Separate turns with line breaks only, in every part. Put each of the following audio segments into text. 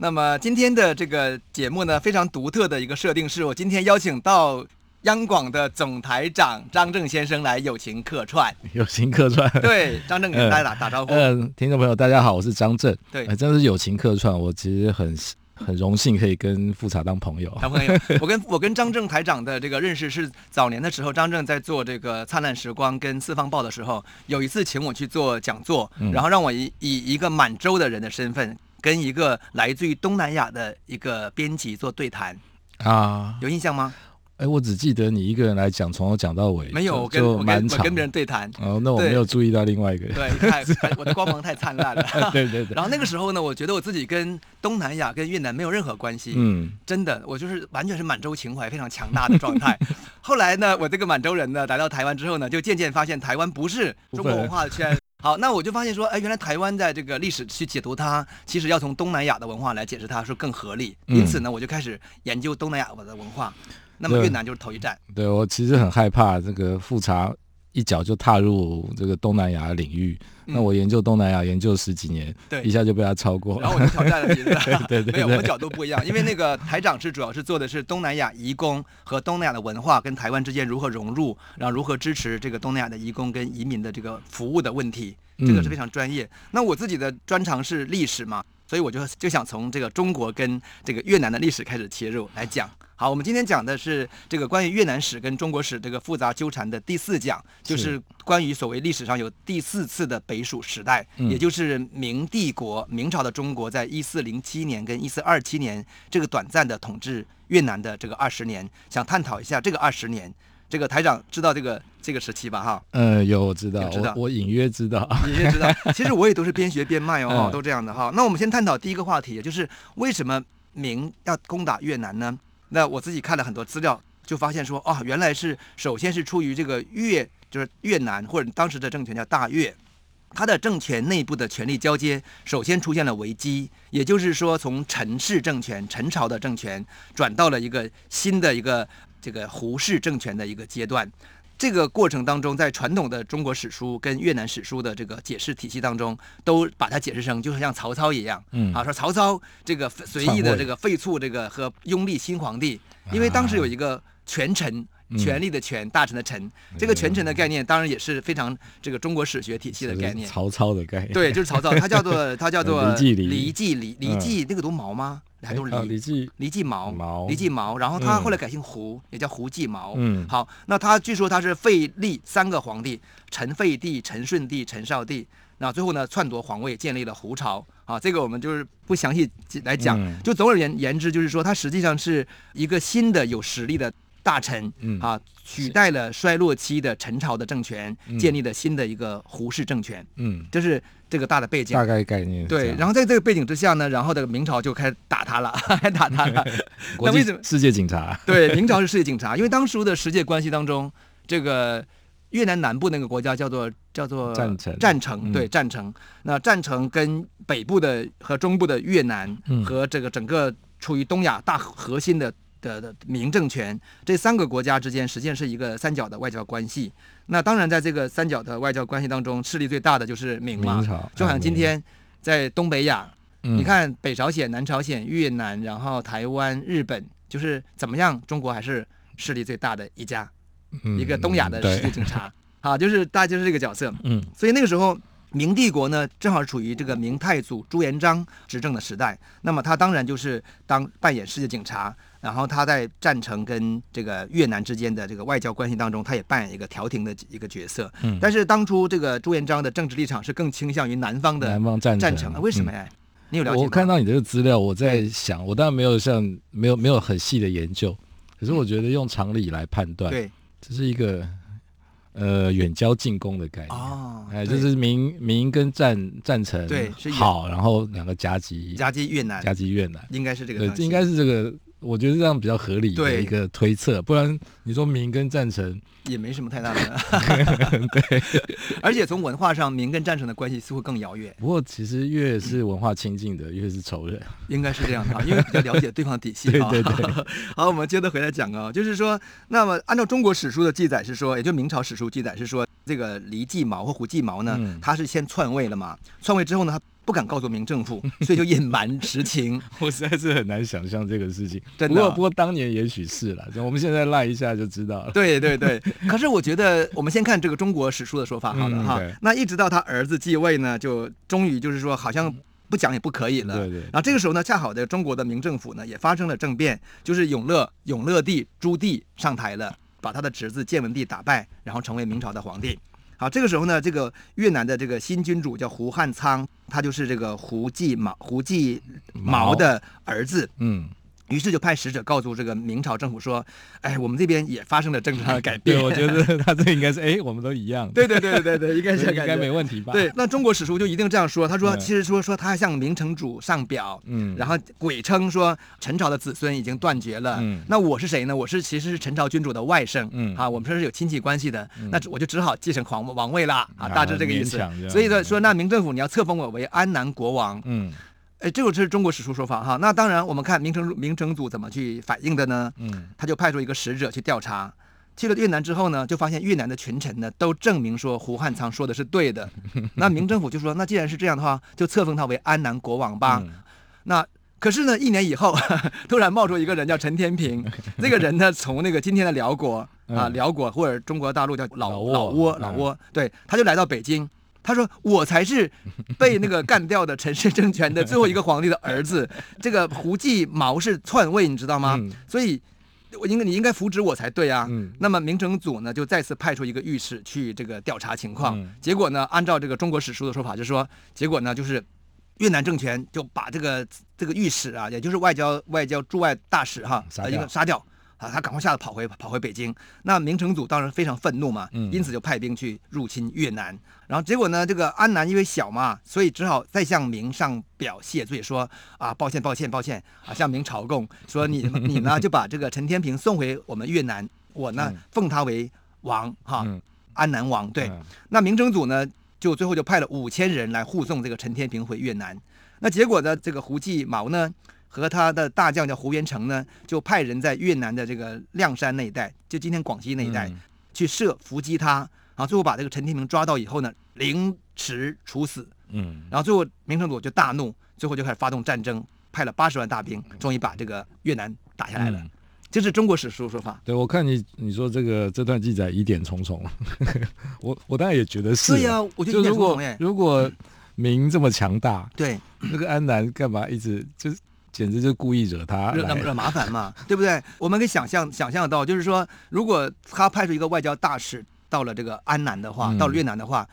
那么今天的这个节目呢，非常独特的一个设定是，我今天邀请到央广的总台长张正先生来友情客串。
友情客串。
对，张正给
嗯
大家打打招呼。
嗯，听众朋友，大家好，我是张震。
对
呃真的是友情客串，我其实很很荣幸可以跟富察当朋友。
小朋友，我跟我跟张正台长的这个认识是早年的时候，张正在做这个《灿烂时光》跟《四方报》的时候，有一次请我去做讲座，
嗯
然后让我以以一个满洲的人的身份，跟一个来自于东南亚的一个编辑做对谈，
啊，
有印象吗？
哎，我只记得你一个人来讲，从头讲到尾，
没有，
就
我跟
就
我跟
蛮
我
长。
跟别人对 谈，
哦，那我
对
没有注意到另外一个人。
对，太我的光芒太灿烂 了。
对对 对，
然后那个时候呢，我觉得我自己跟东南亚、跟越南没有任何关系，
嗯，
真的，我就是完全是满洲情怀非常强大的状 态。后来呢，我这个满洲人呢来到台湾之后呢，就渐渐发现台湾不是中国文化的 圈。好，那我就发现说，哎，原来台湾在这个历史去解读它，其实要从东南亚的文化来解释它，是更合理。
嗯
因此呢，我就开始研究东南亚的文化。那么
对
越南就是头一站，
对我其实很害怕这个富察一脚就踏入这个东南亚的领域。
嗯
那我研究东南亚研究十几年，
对
一下就被他超过
然。后我就挑战了别人。
对对对
没有，我们角度不一样，因为那个台长是主要是做的是东南亚移工和东南亚的文化跟台湾之间如何融入，然后如何支持这个东南亚的移工跟移民的这个服务的问题，这
嗯
个是非常专业。那我自己的专长是历史嘛，所以我就就想从这个中国跟这个越南的历史开始切入来讲。好，我们今天讲的是这个关于越南史跟中国史这个复杂纠缠的第四讲，就是关于所谓历史上有第四次的北蜀时代，
嗯
也就是明帝国明朝的中国在一四零七年跟一四二七年这个短暂的统治越南的这个二十年，想探讨一下这个二十年。这个台长知道这个这个时期吧？哈，
嗯，有我知
有
道，
知道
我我隐约知道。
你也知道，其实我也都是边学边卖哦，
嗯
都这样的哈。那我们先探讨第一个话题，也就是为什么明要攻打越南呢？那我自己看了很多资料，就发现说，哦，原来是首先是出于这个越，就是越南或者当时的政权叫大越。它的政权内部的权力交接首先出现了危机，也就是说，从陈氏政权、陈朝的政权转到了一个新的一个这个胡氏政权的一个阶段。这个过程当中，在传统的中国史书跟越南史书的这个解释体系当中，都把它解释成就是像曹操一样，
嗯
啊，说曹操这个随意
篡
的
位啊
这个废黜这个和拥立新皇帝，因为当时有一个权臣。
嗯哎
权力的权，大臣的臣，这个权臣的概念当然也是非常这个中国史学体系的
就是
概念。
哎曹操的概念。
对，就是曹操，他叫做他叫做
呃李继礼
李继李李
嗯
继那个读毛吗？还
哎，
读
啊李
李
记，
李继毛
毛
李继毛，然后他
嗯
后来改姓胡，也叫胡继毛。
嗯
好，那他据说他是废立三个皇帝，陈废帝、陈顺帝、陈少帝，那最后呢篡夺皇位，建立了胡朝。啊，这个我们就是不详细来讲，
嗯
就总而言言之，就是说他实际上是一个新的有实力的大臣，
嗯
啊，取代了衰落期的陈朝的政权，
嗯
建立了新的一个胡氏政权，
嗯，
这是这个大的背景
大。概概念是这
对，
样。
然后在这个背景之下呢，然后这个明朝就开始打他了， 还打他了。
国
那为
际
什么
世界警察，
对，明朝是世界警察，因为当初的世界关系当中，这个越南南部那个国家叫做叫做
占城
占城
嗯
对占城。那占城跟北部的和中部的越南
嗯
和这个整个处于东亚大核心的。的的明政权，这三个国家之间实际上是一个三角的外交关系。那当然，在这个三角的外交关系当中，势力最大的就是明嘛，
明朝
就好像
嗯
今天在东北亚，你
你，
看北朝鲜、南朝鲜、越南，然后台湾、日本，就是怎么样，中国还是势力最大的一家，
嗯
一个东亚的世界，警察。 啊，就是大家就是这个角色。
嗯
所以那个时候，明帝国呢，正好处于这个明太祖朱元璋执政的时代。那么他当然就是当扮演世界警察，然后他在战城跟这个越南之间的这个外交关系当中，他也扮演一个调停的一个角色。
嗯
但是当初这个朱元璋的政治立场是更倾向于南方的
南方战
战城，啊为什么？呀？你有了
嗯
解吗？
我看到你这个资料，我在想，我当然没有像没有
嗯
没有很细的研究，可是我觉得用常理来判断，
对，
这是一个呃远交近攻的概念。
哦，
哎，
对
就是明明跟赞赞成
对是远
好，然后两个夹击
夹击越南，
夹击越南，
应该是这个
对
东，西，
应该是这个，我觉得这样比较合理的
对
一个推测，不然你说明跟赞成，
也没什么太大的。 对， 而且从文化上，明跟战神的关系似乎更遥远，
不过其实越是文化亲近的，越是仇 人。
应该是这样的啊，因为比较了解对方的底细啊。
对对对
好，我们接着回来讲啊，就是说，那么按照中国史书的记载是说，也就明朝史书记载是说，这个黎继毛或胡继毛呢，
嗯
他是先篡位了嘛，篡位之后呢，他不敢告诉明政 府，所以就隐瞒实情。
我实在是很难想象这个事情。
真的
不过
啊
不过当年也许是啦，我们现在赖一下就知 道了。
对对对，可是我觉得我们先看这个中国史书的说法好了
嗯
哈。
对
那一直到他儿子继位呢，就终于就是说好像不讲也不可以了。
对对
然后这个时候呢，恰好的中国的明政府呢也发生了政变，就是永乐永乐帝朱棣上台了，把他的侄子建文帝打败，然后成为明朝的皇帝。好，这个时候呢，这个越南的这个新君主叫胡汉苍，他就是这个胡继毛胡继毛
毛
的儿子。
嗯，
于是就派使者告诉这个明朝政府说：“哎，我们这边也发生了政 治上的改变。”
对，我觉得他这应该是，哎，我们都一样，
对对对对对，应该是
所
这
以应
个
该
感觉
没问题吧？，
对，那中国史书就一定这样说。他说，
嗯
其实说说他向明成主上表，
嗯，
然
后
后鬼称说陈朝的子孙已经断绝了。
嗯
那我是谁呢？我是其实是陈朝君主的外甥，
嗯
啊，我们说是有亲戚关系的，那只我就只好继承皇王位啦，啊，
啊
大致这个意思
勉强这。样
所以说说那明政府你要册封我为安南国王，
嗯
哎，这个是中国史书说法哈。那当然，我们看明成明成祖怎么去反应的呢？
嗯，
他就派出一个使者去调查。去了越南之后呢，就发现越南的群臣呢都证明说胡汉苍说的是对 的。那明政府就说，那既然是这样的话，就册封他为安南国王吧。
嗯
那可是呢，一年以后， 突然冒出一个人叫陈天平，这个人呢从那个今天的辽国啊，
嗯
辽国或者中国大陆叫老
老挝
老挝
嗯
老挝，对，他就来到北京。他说：“我才 是被那个干掉的陈氏政权的最后一个皇帝的儿子，这个胡继毛是篡位，你知道吗？
嗯
所以我应该你应该扶植我才对啊。
嗯
那么明成祖呢，就再次派出一个御史去这个调查情况。
嗯
结果呢，按照这个中国史书的说法，就说结果呢就是越南政权就把这个这个御史啊，也就是外交外交驻外大使哈，
嗯杀
呃
掉
一个杀掉。啊，他赶快吓得跑回跑回北京。那明成祖当然非常愤怒嘛，
嗯
因此就派兵去入侵越南。然后结果呢，这个安南因为小嘛，所以只好再向明上表谢罪说，啊，抱歉抱歉抱歉啊，向明朝贡说你你呢就把这个陈天平送回我们越南，我呢
嗯
奉他为王哈，
嗯
安南王对。
嗯
那明成祖呢，就最后就派了五千人来护送这个陈天平回越南。那结果呢，这个胡继毛呢和他的大将叫胡元成呢，就派人在越南的这个谅山那一带，就今天广西那一带、
嗯
去射伏击他，然后最后把这个陈天平抓到以后呢，凌迟处死。
嗯，
然后最后明成祖就大怒，最后就开始发动战争，派了八十万大兵，终于把这个越南打下来了。
嗯
这是中国史书说法。
对，我看你你说这个这段记载疑点重 重，我我当然也觉得是啊，
对呀、我觉得
就
有点
如
不
果
同哎。
如果明这么强大，
对，
那个安南干嘛一直就是简直就故意惹他
惹
啊来
那么惹麻烦嘛，对不对？我们可以想象想象到，就是说，如果他派出一个外交大使到了这个安南的话，
嗯
到了越南的话，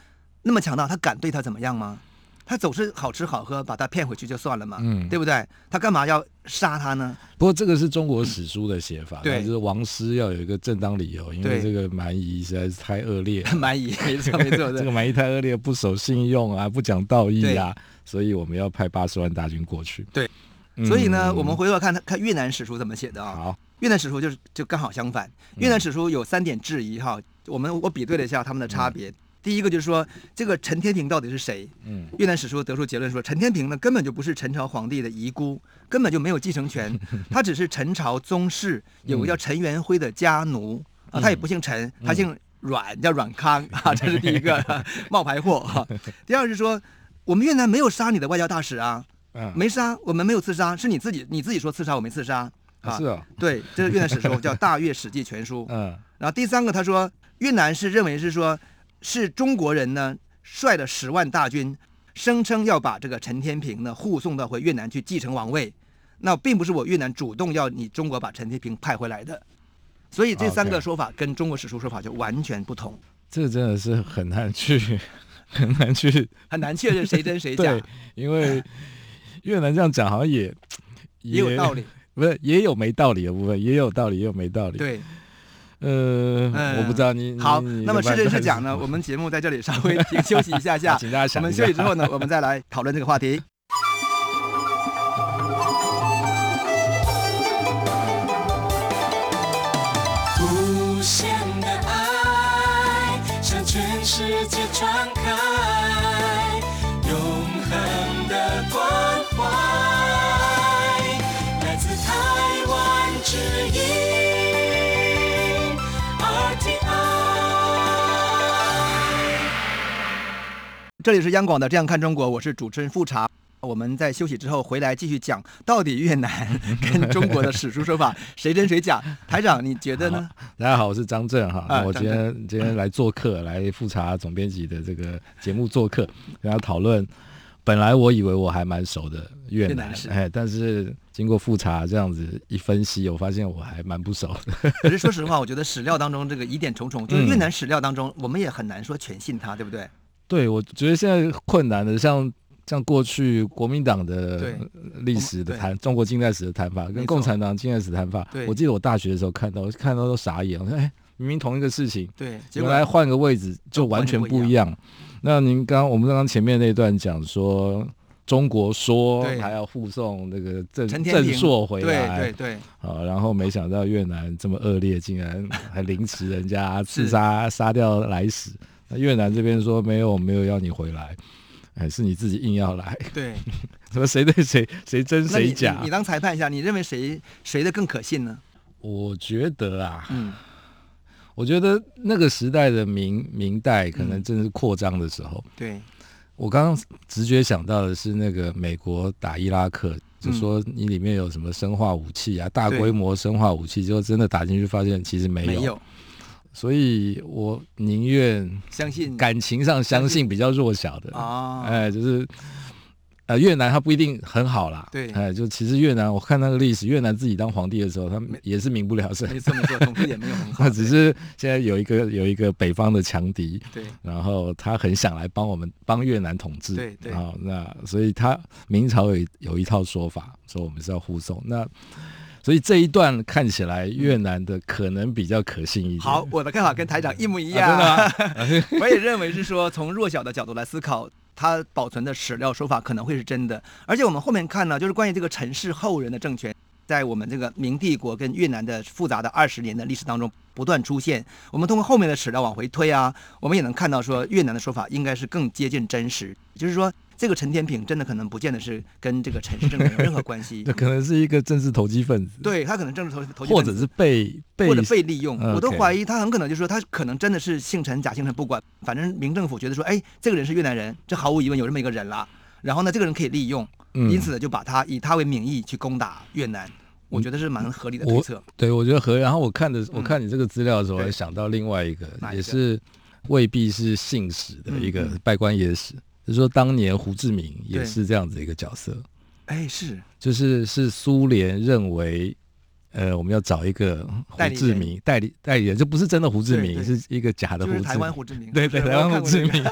那么强大，他敢对他怎么样吗？他总是好吃好喝，把他骗回去就算了嘛，
嗯
对不对？他干嘛要杀他呢？
不过这个是中国史书的写法，
对
那就是王师要有一个正当理由，因
对
为这个蛮夷实在是太 恶劣了，
蛮夷，没错没错，
这
对
个蛮夷太恶劣，不守信用啊，不讲道义啊，所以我们要派八十万大军过去。
对
嗯，
所以呢，我们回头看看越南史书怎么写的啊、
好，
越南史书就是就刚好相反，
嗯
越南史书有三点质疑哈，我们我比对了一下他们的差别。第一个就是说，这个陈天平到底是谁？
嗯，
越南史书得出结论说，陈天平呢根本就不是陈朝皇帝的遗孤，根本就没有继承 权，他只是陈朝宗室有
嗯
个叫陈元辉的家奴、啊，他也不姓陈，他姓阮，叫阮 康啊，这是第一个冒牌货啊。第二是说，我们越南没有杀你的外交大使啊，
嗯，
没杀，我们没有刺杀，是你自己你自己说刺杀，我没刺杀
啊是哦，
对，这是越南史书叫《大越史记全书》。
嗯
然后第三个，他说越南是认为是说是中国人呢率了十万大军，声称要把这个陈天平呢护送到回越南去继承王位，那并不是我越南主动要你中国把陈天平派回来的。所以这三个
OK
说法跟中国史书说法就完全不同，
这个真的是很难去很难去
很难确认谁真 谁假
对，，因为越南这样讲好像也
也有道理。
不是也有没道理的部分，也有道理，也有没道理。，
对，
呃，
嗯
我不知道你
好，
你你
那么
的
是认
判
识
断
讲
是
呢，
什么
我们节目在这里稍微停 休息一下下，
请大家
我
想
们
一
休
下
息之后呢，我们再来讨论这个话题。
无限的爱向全世界传开，永恒的关怀，来自台湾之音 RTI。
这里是央广的《这样看中国》，我是主持人富察。我们在休息之后回来继续讲，到底越南跟中国的史书说 法谁真谁假？台长，你觉得呢？
大家好，我是张震哈。
啊
那我今天今天来做客，来复查总编辑的这个节目做客，跟他讨论。本来我以为我还蛮熟的越
越
南
南，是
哎，但是经过复查这样子一分析，我发现我还蛮不熟的。
可是说实话，我觉得史料当中这个疑点重重，就是
嗯
越南史料当中，我们也很难说全信他，对不对？
对，我觉得现在困难的，像像过去国民党的
对
历史的谈，中国近代史的谈法，
没
跟
错
共产党近代史的谈法
对，
我记得我大学的时候看到，看到都傻眼，我说哎，明明同一个事情，
对，结
原
果
来换个位置就完全不一样。那您刚我们刚刚前面那段讲说，中国说
对
还要护送那个郑
陈天
郑
平
硕回
对
来，
对对，
啊，然后没想到越南这么恶劣，竟然还凌迟人家，
是
刺杀杀掉来使。那越南这边说没有没有要你回来，哎，是你自己硬要来，
对，
什么谁对谁谁真
那你
谁
你
假
你？当裁判一下，你认为谁谁的更可信呢？
我觉得啊，
嗯，
我觉得那个时代的明明代可能
嗯
正是扩张的时候，
对，
我刚刚直觉想到的是那个美国打伊拉克，就说你里面有什么生化武器啊，大规模生化武器，结果真的打进去发现其实没有。
没有
所以我宁愿
相信
感情上相信比较弱小的，
啊，
哎，就是呃越南它不一定很好啦，
对
哎，就其实越南我看那个历史，越南自己当皇帝的时候，他们也是民不聊生。
没错没错，统治也没有很好
那， 只是现在有一个有一个北方的强敌，
对对
然后他很想来帮我们帮越南统治，
对对
啊，那所以他明朝有有一套说法，说我们是要护送。那所以这一段看起来越南的可能比较可信一点。
好，我的看法跟台长一模一样。
啊
真的 我也认为是说，从弱小的角度来思考，他保存的史料说法可能会是真的。而且我们后面看呢，就是关于这个陈氏后人的政权，在我们这个明帝国跟越南的复杂的二十年的历史当中不断出现。我们通过后面的史料往回推啊，我们也能看到说越南的说法应该是更接近真实，就是说。这个陈天平真的可能不见得是跟这个陈氏政权有任何关 系
这，可能是一个政治投机分子，
对他可能政治投投机
或
分
者
子
是被被
或者被利用，
嗯
我都
OK
怀疑他很可能就是说他可能真的是姓陈假姓陈不管，反正明政府觉得说，哎，这个人是越南人，这毫无疑问有这么一个人啦。然后呢，这个人可以利用，
嗯
因此呢就把他以他为名义去攻打越南，我觉得是蛮合理的推
我
测。
对我觉得和然后我看的我看你这个资料的时候，
嗯
我
对
还想到另外一个
哪一个
也是未必是信史的一个
嗯嗯
拜官野史，就是说当年胡志明也
对
是这样子一个角色。
哎，是
就是是苏联认为，呃，我们要找一个胡志明代理代理人，这不是真的胡志明，
对对
是一个假的
就
胡志
是
明。
台湾胡志明，
对对，
是
台
我有
湾
看
胡
过这
志
个
明。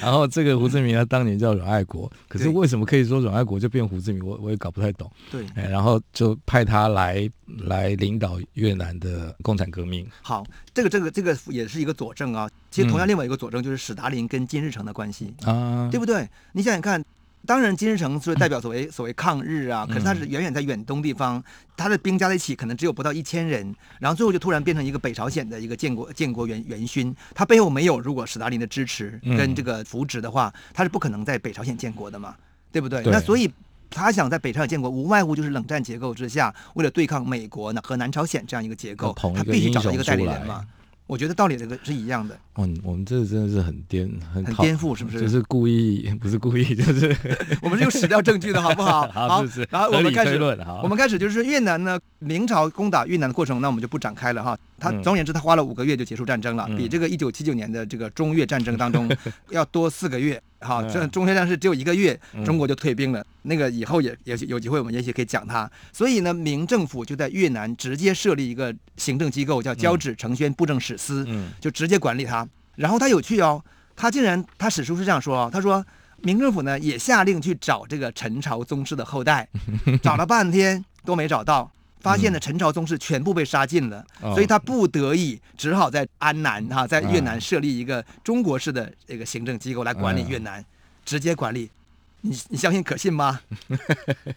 然后这个胡志明他当年叫阮爱国，可是
对
为什么可以说阮爱国就变胡志明？我我也搞不太懂。
对，
哎，然后就派他来来领导越南的共产革命。
好，这个这个这个也是一个佐证啊。其实同样
嗯
另外一个佐证就是史达林跟金日成的关系。
啊，
对不对？你想想看，当然金日成
嗯
是代表所谓所谓抗日啊，可是他是远远在远东地方，他的兵加在一起可能只有不到一千人，然后最后就突然变成一个北朝鲜的一个建国建国元元勋，他背后没有如果史达林的支持
嗯
跟这个扶植的话，他是不可能在北朝鲜建国的嘛，对不对？
对
那所以。他想在北朝鲜建国，无外乎就是冷战结构之下，为了对抗美国呢和南朝鲜这样一个结构，
捧一
他
个
必须
英
找到一个
雄
代理
出
人
来
嘛。我觉得道理这个是一样的。
哦，你我们这真的是很颠，很
很
讨
颠覆是不是
就是故意，不是故意，就是
我们是用史料证据的好不好？
好是是
然后我
合
们
理
开
推
始
论好
我们开始就是越南呢，明朝攻打越南的过程，那我们就不展开了 哈。他
嗯
总而言之，他花了五个月就结束战争了，
嗯
比这个一九七九年的这个中越战争当 中要多四个月。哈，
嗯
这中越战是只有一个月，
嗯
中国就退兵了。那个以后也也许有机会，我们也许可以讲它。所以呢，明政府就在越南直接设立一个行政机构，叫交趾承宣布政使司。
嗯
就直接管理它。然后他有趣哦，他竟然他史书是这样说啊、他说明政府呢也下令去找这个陈朝宗室的后代，找了半天都没找到。发现了陈朝宗室全部被杀尽了，
嗯哦
所以他不得已只好在安南哈、在越南
嗯
设立一个中国式的这个行政机构来管理
嗯
越南，直接管理。你你相信可信 吗？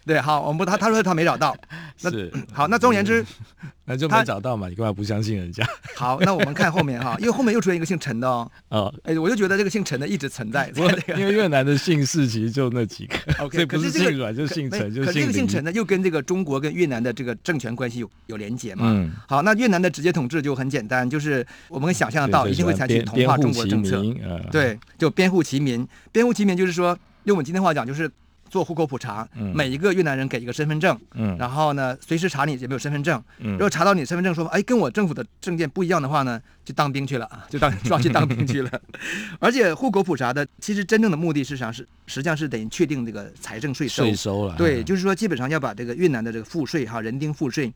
对，好，我们不他他说他没找到，那
是
好，那总而言之，
那就
他
没找到嘛，你干嘛不相信人家？
好，那我们看后面哈，因为后面又出现一个姓陈的哦，
哦，
哎，我就觉得这个姓陈的一直存 在，
不过
在 这个
因为越南的姓氏其实就那几个
OK，
所以不
可是
是
这个
姓阮就
可
姓
没
陈就
可是这
姓
个姓
林
陈呢，又跟这个中国跟越南的这个政权关系有有连结嘛。
嗯，
好，那越南的直接统治就很简单，就是我们想象得到
对
一定会采取同
边
化
边
中
户
国
齐
政策，
民呃，
对，就编户齐民。编户齐民就是说，用我们今天话讲，就是做户口普查，
嗯
每一个越南人给一个身份证，
嗯，
然后呢，随时查你有没有身份证。
嗯
如果查到你身份证说，哎，跟我政府的证件不一样的话呢，就当兵去了啊，就 当抓去当兵去了。 而且户口普查的其实真正的目的，实际上是实际上是等于确定这个财政税收。
税收了，
对，
嗯
就是说基本上要把这个越南的这个赋税哈，人丁赋税，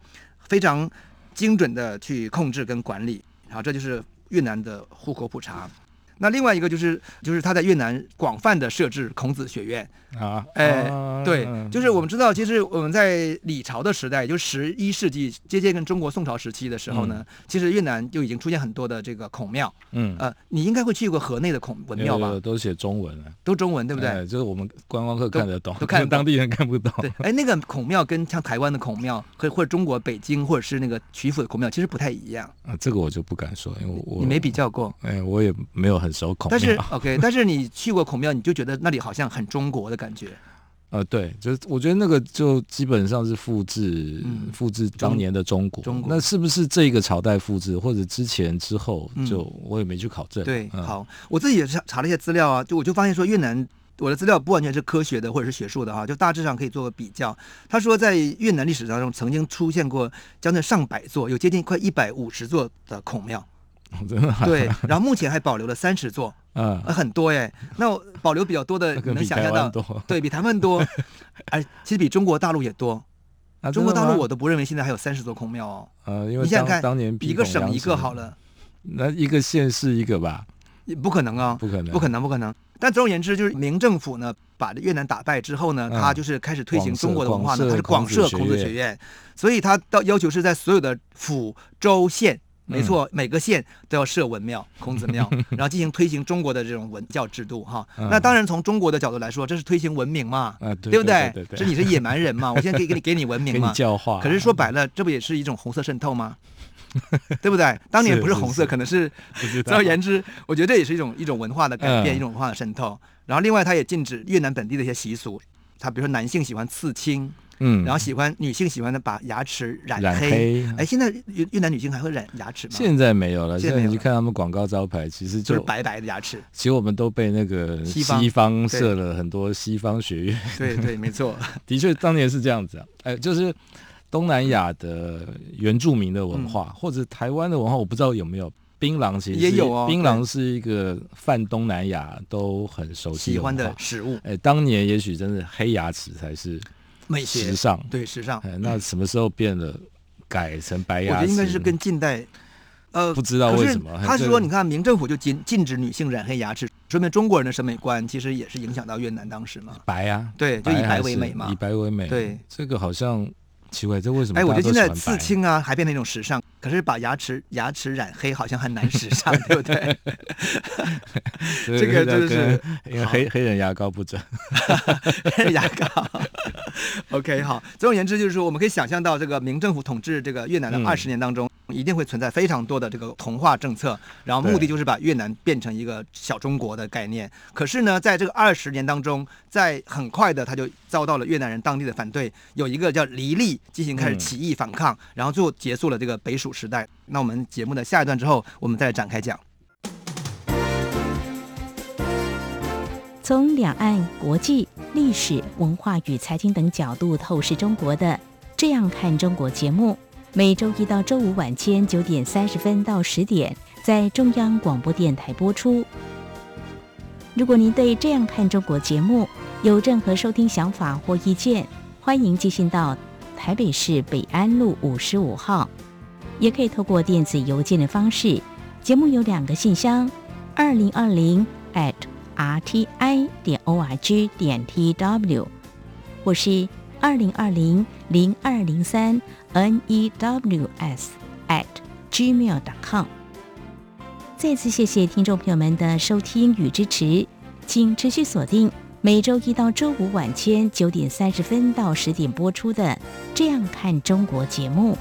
非常精准的去控制跟管理，好，这就是越南的户口普查。那另外一个就是，就是他在越南广泛的设置孔子学院，
啊，
哎
啊
对，就是我们知道，其实我们在李朝的时代，就十一世纪接近跟中国宋朝时期的时候呢，其实越南就已经出现很多的这个孔庙，
嗯，呃
呃，你应该会去过河内的孔文庙
有
吧
有？都写中文了，
都中文对
对
不对？
就是我们观光客看得懂，
都看得懂
当地人看不懂。
对，哎，那个孔庙跟像台湾的孔庙，和或者中国北京或者是那个曲阜的孔庙，其实不太一样。
啊，这个我就不敢说，因为我
你没比，较过，
哎，我也没有很熟孔
但是
庙
OK，但是你去过孔庙，你就觉得那里好像很中国的感觉。
呃，对，就是我觉得那个就基本上是复制、
嗯
复制当年的中国。
中国
那是不是这个朝代复制，或者之前之后
嗯
就、我也没去考证。
对，
嗯，
好，我自己也查查了一些资料啊，就我就发现说越南。我的资料不完全是科学的或者是学术的哈、就大致上可以做个比较。他说，在越南历史当中曾经出现过将近上百座，有接近快一百五十座的孔 庙，
真的、啊，
对，然后目前还保留了三十座，
嗯，
呃很多哎。那我保留比较多的，
那
你
个
能
比
想
台
象
湾
到
多。
对比他们 多，哎，其实比中国大陆也多。
啊
中国大陆我
真的吗
都不认为现在还有三十座孔庙哦，
呃，因为
你想想
当
看
当年
一个省一个好
了，
了，
那一个县市一个吧，
也不可能啊，
不可能，
不可能，不可能。但总而言之，就是明政府呢，把越南打败之后呢，
嗯
他就是开始推行
广
中国的
设
文化呢，
广
他
设
是广设孔
孔子
子
学
学院，所以他到要求是在所有的府、州、县，没
嗯
错，每个县都要设文庙、孔子庙，然后进行推行中国的这种文教制度哈。那
嗯
当然，从中国的角度来说，这是推行文明嘛，
啊，对
对不
对？
对？
对
是你是野蛮人嘛，我现在可以给你给你文
给
明
你
嘛，
教化。
可是 说白了，这不也是一种红色渗透吗？对不对？当年不是红色，
是是
可能是
不知道，
总而言之，我觉得这也是一种一种文化的改变，
嗯
一种文化的渗透。然后另外，它也禁止越南本地的一些习俗，它比如说男性喜欢刺青，
嗯，
然后喜欢女性喜欢的把牙齿染
染黑
哎，现在越越南女性还会染牙齿吗？
现在没有了，
现
现
在没
在
有
你去看他们广告招牌，其实
就是
就
白白的牙 齿。
其实我们都被那个
西方
西方设了很多西方学院，
对对，没 错。
的确当年是这样子啊，哎，就是东南亚的原住民的文化，或者台湾的文化，我不知道有没有。槟榔其实是
嗯也有哦
槟榔是一个泛东南亚都很熟悉
喜欢
文
的
化。
食物、
哎，当年也许真的黑牙齿才是
美学
时，尚，
对时尚，
哎，那什么时候变了改成白
我
牙
觉
齿呢？
得应该是跟近代。呃，
不知道
可
为
是
什么
他
这
是
个
说，你看明政府就禁禁止女性染黑牙齿，说明中国人的审美观其实也是影响到越南当时嘛。
白啊，
对，就以
还
白为
是
美嘛
以。白为美。
对，
这个好像奇怪，这为什么？
哎，我觉得现在刺， 青啊还变成一种时尚，可是把牙齿牙齿染黑好像很难时尚， 对不对？这
这
个真的是
是因为黑黑人牙膏不准。
牙膏。OK，好。总而言之，就是说我们可以想象到，这个明政府统治这个越南的
嗯
二十年当中，一定会存在非常多的这个同化政策，然后目的
对
就是把越南变成一个小中国的概念。可是呢，在这个二十年当中，在很快的，他就遭到了越南人当地的反对，有一个叫黎利进行开始
嗯
起义反抗，然后最后结束了这个北蜀时代。那我们节目的下一段之后，我们再展开讲。
从两岸、国际、历史文化与财经等角度透视中国的《这样看中国》节目，每周一到周五晚间九点三十分到十点在中央广播电台播出。如果您对《这样看中国》节目有任何收听想法或意见，欢迎寄信到台北市北安路五十五号，也可以透过电子邮件的方式。节目有两个信箱：二零二零 at rti 点 org 点 tw，或是2020二零二零零二零三 n e w s at gmail.com。再次谢谢听众朋友们的收听与支持，请持续锁定每周一到周五晚间九点三十分到十点播出的《这样看中国》节目。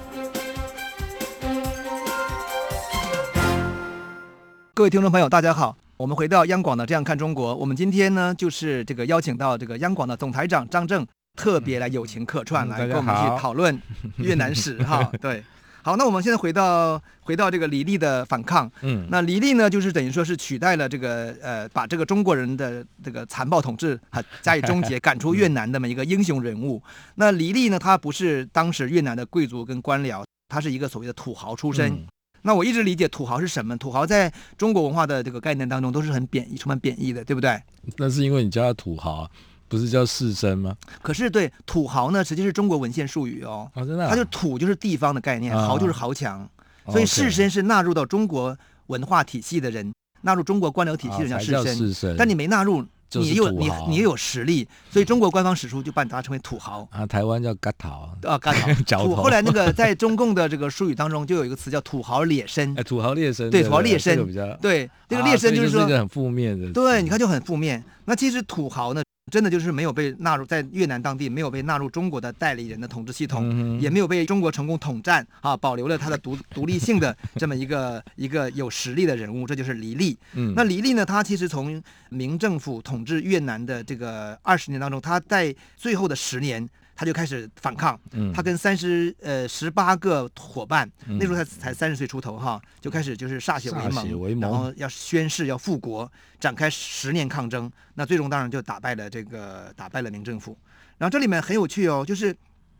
各位听众朋友，大家好，我们回到央广的《这样看中国》，我们今天呢就是这个邀请到这个央广的总台长张正，特别来友情客串
嗯
来
大
跟
家
我们
好
去讨论越南史 哈。对，好，那我们现在回到回到这个李丽的反抗，
嗯，
那黎利呢，就是等于说是取代了这个呃，把这个中国人的这个残暴统治啊加以终结，赶出越南的么一个英雄人 物。那黎利呢，他不是当时越南的贵族跟官僚，他是一个所谓的土豪出身。
嗯
那我一直理解土豪是什么？土豪在中国文化的这个概念当中都是很贬义、充满贬义的，对不对？
那是因为你叫他土豪啊，不是叫士绅吗？
可是对土豪呢，实际是中国文献术语哦。
啊，真的啊，
它就土就是地方的概念，
啊哦
豪就是豪强，所以士绅是纳入到中国文化体系的人，纳入中国官僚体系的人叫
啊才
士
叫
绅。
士绅，
但你没纳入，
就是
你有
土
你
豪
你也有实力，所以中国官方史书就把它称为土豪。
啊，台湾叫嘎桃，
啊， 干
角
土。
头
后来那个在中共的这个术语当中，就有一个词叫“土豪劣绅
哎，土豪劣绅，
对
不
土豪劣
这个
绅
比较，
对，这个
啊
劣
所
绅
以
就是是说，
一个很负面的词，
对，你看就很负面。那其实土豪呢，真的就是没有被纳入在越南当地没有被纳入中国的代理人的统治系统，
嗯哼
也没有被中国成功统战啊，保留了他的独独立性的这么一个一个有实力的人物，这就是黎利。
嗯，
那黎利呢？他其实从明政府统治越南的这个二十年当中，他在最后的十年，他就开始反抗。
嗯
他跟三十呃十八个伙伴，
嗯
那时候才才三十岁出头哈，就开始就是歃血为
歃血
盟，
为盟
然后要宣誓要复国，展开十年抗争。那最终当然就打败了这个打败了明政府。然后这里面很有趣哦，就是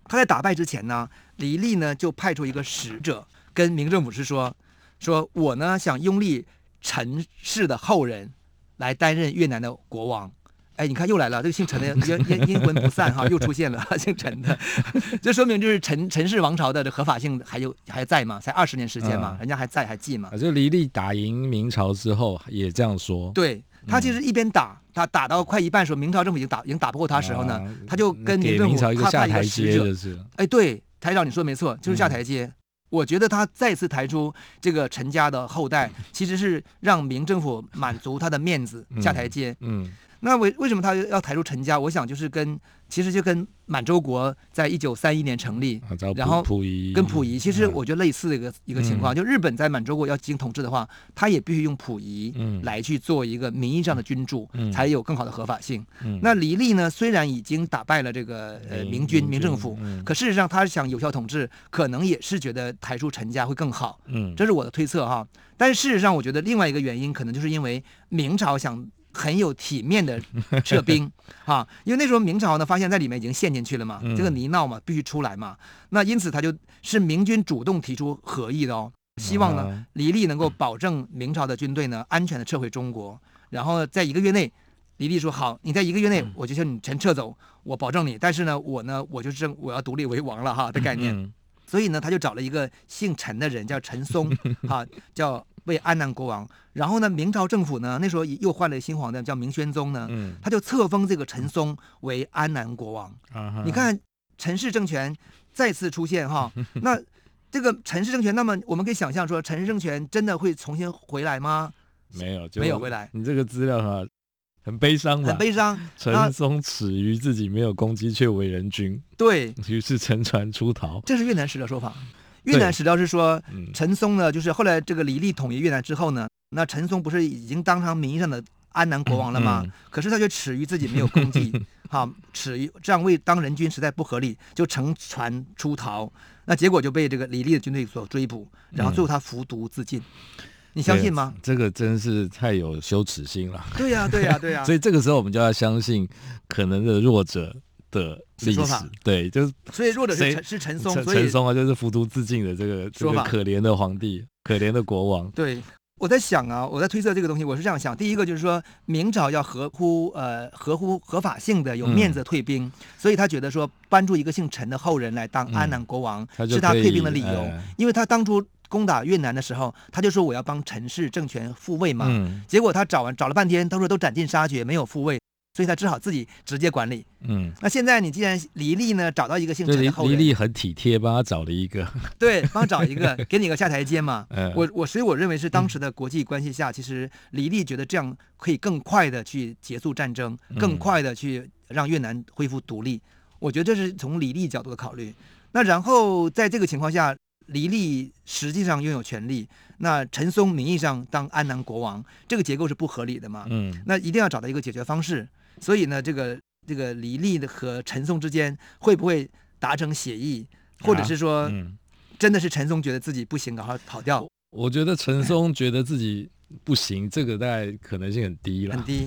他在打败之前呢，黎利呢就派出一个使者跟明政府是说，说我呢想拥立陈氏的后人来担任越南的国王。哎，你看又来了，这个姓陈的 阴阴阴魂不散哈，又出现了 姓陈的，这说明就是陈陈氏王朝的这合法性还有还在嘛，才二十年时间嘛，
嗯
人家还在还记嘛
啊，。就黎利打赢明朝之后也这样说，
对他其实一边打，他打到快一半的时候，明朝政府已经打已经打不过他的时候呢，
嗯啊
他就跟明
给
政
明
府
朝一个
他
下
派一
台
个使
阶，
者
就，是了
哎，对，台长你说的没错，
嗯
就是下台阶。我觉得他再次抬出这个陈家的后代，其实是让明政府满足他的面子
嗯
下台阶。
嗯，
那为为什么他要抬出陈家？我想就是跟其实就跟满洲国在一九三一年成立，
啊，找
然后
溥仪
跟溥仪其实
嗯
我觉得类似的一个、一个情况，就日本在满洲国要进行统治的话，他也必须用溥仪
嗯
来去做一个名义上的君主，
嗯
才有更好的合法性。
嗯
那黎利呢，虽然已经打败了这个呃
明
明军
明
明
军
政府，
嗯
可事实上他想有效统治，可能也是觉得抬出陈家会更好。
嗯
这是我的推测哈。但是事实上，我觉得另外一个原因可能就是因为明朝想很有体面的撤 兵啊，因为那时候明朝呢发现在里面已经陷进去了嘛，这个
嗯
泥淖嘛必须出来嘛。那因此他就是明军主动提出和议的哦，希望呢
啊
黎利能够保证明朝的军队呢安全的撤回中国，然后在一个月内。黎利说：“好，你在一个月内，
嗯
我就向你全撤走，我保证你。但是呢，我呢，我就是正我要独立为王了哈的概念。
嗯
所以呢，他就找了一个姓陈的人，叫陈 松，啊，叫为安南国王。然后呢，明朝政府呢，那时候又换了新皇帝，叫明宣宗呢，
嗯
他就册封这个陈松为安南国王。
啊哈
你看，陈氏政权再次出现哈，那这个陈氏政权，那么我们可以想象说，陈氏政权真的会重新回来吗？
没有就
没有回来，
你这个资料很很悲伤吧？
很悲伤。那
陈松耻于自己没有攻击却为人君，
对，
于是乘船出逃。
这是越南史料说法。越
对
南史料是说，
嗯，
陈松呢，就是后来这个李立统一越南之后呢，那陈松不是已经当上名义上的安南国王了吗？
嗯
可是他却耻于自己没有功 绩，哈，耻于这样为当人君实在不合理，就乘船出逃。那结果就被这个李立的军队所追捕，然后
嗯
最后他服毒自尽。你相信吗？
这个真是太有羞耻心了。
对呀、对呀、对呀、
所以这个时候我们就要相信可能的弱者的历
是说
史
法，
对，就是
所以弱者是
谁
陈是陈松，
陈
所以
陈松啊，就是服毒自尽的这个这
说
个
法
可怜的皇帝，可怜的国王。
对，我在想啊，我在推测这个东西，我是这样想：第一个就是说，明朝要合乎呃合乎合法性的、有面子的
嗯
退兵，所以他觉得说搬出一个姓陈的后人来当安南国王、
嗯他就是
他
可以
退兵的理由，
呃
因为他当初攻打越南的时候，他就说我要帮陈氏政权复位嘛。
嗯
结果他找完找了半天，他说都斩尽杀绝，没有复位。所以他只好自己直接管理。
嗯，
那现在你既然黎利呢找到一个姓
就
陈
黎
的后
黎
人，
丽很体贴，帮他找了一个，
对，帮找一个，给你个下台阶嘛。
嗯，
我我所以我认为是当时的国际关系下，其实黎利觉得这样可以更快的去结束战争，更
嗯
快的去让越南恢复独立。我觉得这是从李利角度的考虑。那然后在这个情况下，黎利实际上拥有权力，那陈松名义上当安南国王，这个结构是不合理的嘛？
嗯
那一定要找到一个解决方式。所以呢，这个这个黎利的和陈松之间会不会达成协议，或者
啊
是说
嗯，
真的是陈松觉得自己不行，然后跑掉？
我觉得陈松觉得自己不行，这个大概可能性很低了，
很低，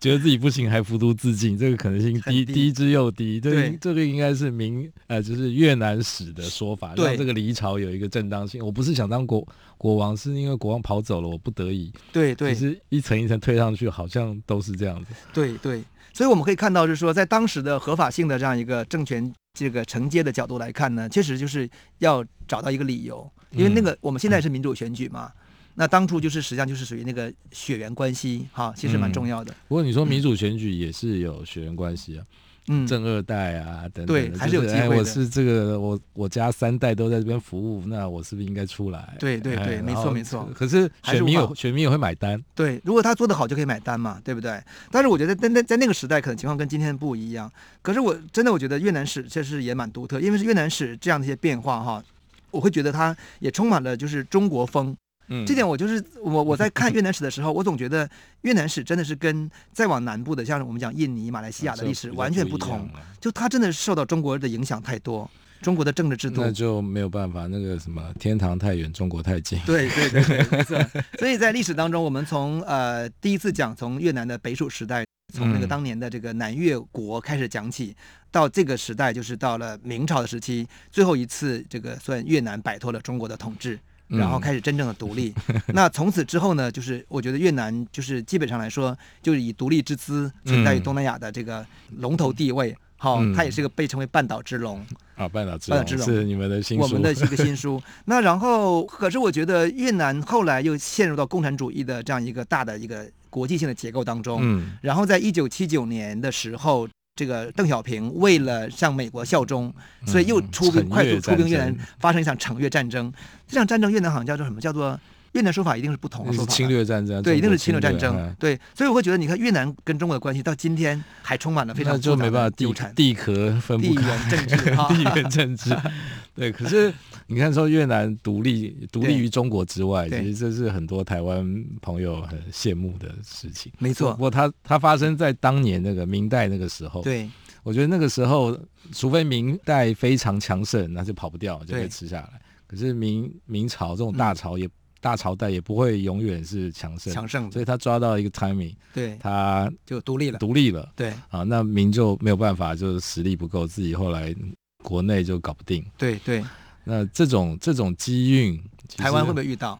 觉得自己不行还服毒自尽，这个可能性
很
低
低
低之又低。这
对
个这个应该是明呃，就是越南史的说法，
对
让这个离朝有一个正当性。我不是想当国国王，是因为国王跑走了，我不得已。
对
其
对
实一层一层推上去，好像都是这样子。
对对，所以我们可以看到，就是说，在当时的合法性的这样一个政权这个承接的角度来看呢，确实就是要找到一个理由，因为那个我们现在是民主选举嘛，那当初就是实际上就是属于那个血缘关系哈，其实蛮重要的，
不过你说民主选举也是有血缘关系啊，
嗯，
正二代啊等等的，
对还是有
就
机
哎
会
我
的
是这个我我家三代都在这边服务，那我是不是应该出来？
对对对
哎
没错
然后
没错
可是
还是
选
无
民
法
有选民也会买单，
对，如果他做得好就可以买单嘛，对不对？但是我觉得在那在那个时代可能情况跟今天不一样。可是我真的我觉得越南史确实也蛮独特，因为是越南史这样的一些变化哈，我会觉得它也充满了就是中国风。
嗯
这点我就是我我在看越南史的时候，我总觉得越南史真的是跟再往南部的，像我们讲印尼、马来
啊
西亚的历史完全不同，就它真的是受到中国的影响太多，中国的政治制度
那。就没有办法，那个什么，天堂太远，中国太近。
对对对对，没错。所以在历史当中，我们从呃第一次讲从越南的北蜀时代，从那个
嗯
当年的这个南越国开始讲起，到这个时代就是到了明朝的时期，最后一次这个算越南摆脱了中国的统治。
嗯
然后开始真正的独立。那从此之后呢，就是我觉得越南就是基本上来说，就是以独立之姿存在于
嗯
东南亚的这个龙头地位。好、
嗯
它也是个被称为半岛之龙，
啊，半岛之
半岛
龙
之龙
是你们的新
我
书，
们的一个新书。那然后，可是我觉得越南后来又陷入到共产主义的这样一个大的一个国际性的结构当中。
嗯
然后在一九七九年的时候，这个邓小平为了向美国效忠，所以又
嗯
出兵，
惩
快速
越
出兵
战
越南
争，
发生一场惩越战争。这场战争越南好像叫做什么？叫做越南说法一定是不同
那
的
是
说法的，
侵略战争啊，
对，一定
中国
是侵略战争。
啊
对，所以我会觉得，你看越南跟中国的关系到今天还充满了非常
那就
复杂
没办法，
的纠
地
缠
地壳分
地
不开，
缘政
。
治哈
地缘 政治。 对，可是你看说越南独立，独立于中国之外，
对
其实这是很多台湾朋友很羡慕的事情。
没
不
错，
过它它发生在当年那个明代那个时候，
对
我觉得那个时候，除非明代非常强盛，那就跑不掉，就
对
被吃下来。可是明明朝这种大朝也、大朝代也不会永远是强盛，
强盛
所
的，
以他抓到一个 timing，
对，
他
就独立了。
独立了
对
啊，那明就没有办法，就是实力不够，自己后来国内就搞不定。
对对，
那这种这种机运，其实
台湾会不会遇到？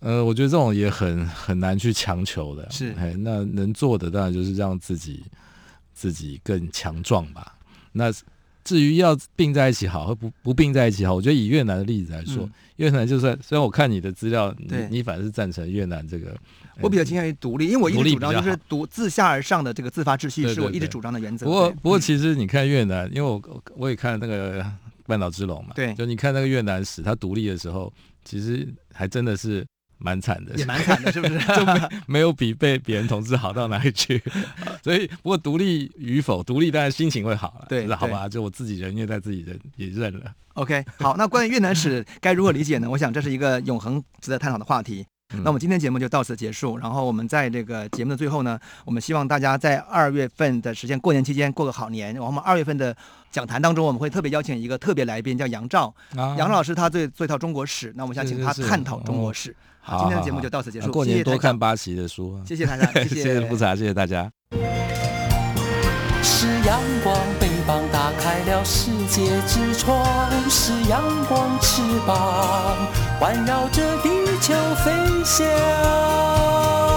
呃，我觉得这种也很很难去强求的。
是
哎，那能做的当然就是让自己自己更强壮吧。那至于要并在一起好和不不并在一起好，我觉得以越南的例子来说，
嗯
越南就算虽然我看你的资料，你
对
你反而是赞成越南这个，
我比较倾向于独立，因为我一
哎独
直
立
主
比
张就
较
是
好
独自下而上的这个自发秩序
对
是我
对
一直
对
主张的原则。
不过
对
不过，其实你看越南，因为我我我也看那个半岛之龙嘛，
对
就你看那个越南史，它独立的时候，其实还真的是蛮惨的，
也蛮惨的，是不 是？
就没没有比被别人统治好到哪里去。 所以，不过独立与否，独立当然心情会好了，
对
就是好吧，就我自己人虐待自己人也认了。
OK，好，那关于越南史该如何理解呢？我想这是一个永恒值得探讨的话题。
嗯
那我们今天节目就到此结束。然后我们在这个节目的最后呢，我们希望大家在二月份的时间，过年期间过个好年。然后我们二月份的讲坛当中，我们会特别邀请一个特别来宾，叫杨照。
啊
杨老师他最做一套中国史，那我们想请他
是是是
探讨中国史。
好，
今天的节目
好
就到此结束
啊过
谢
年
谢台
多看
长
巴西的书啊。
谢谢大家，谢
谢谢复查，谢谢大家。
是阳光，翅膀打开了世界之窗；是阳光，翅膀环绕着地球飞翔。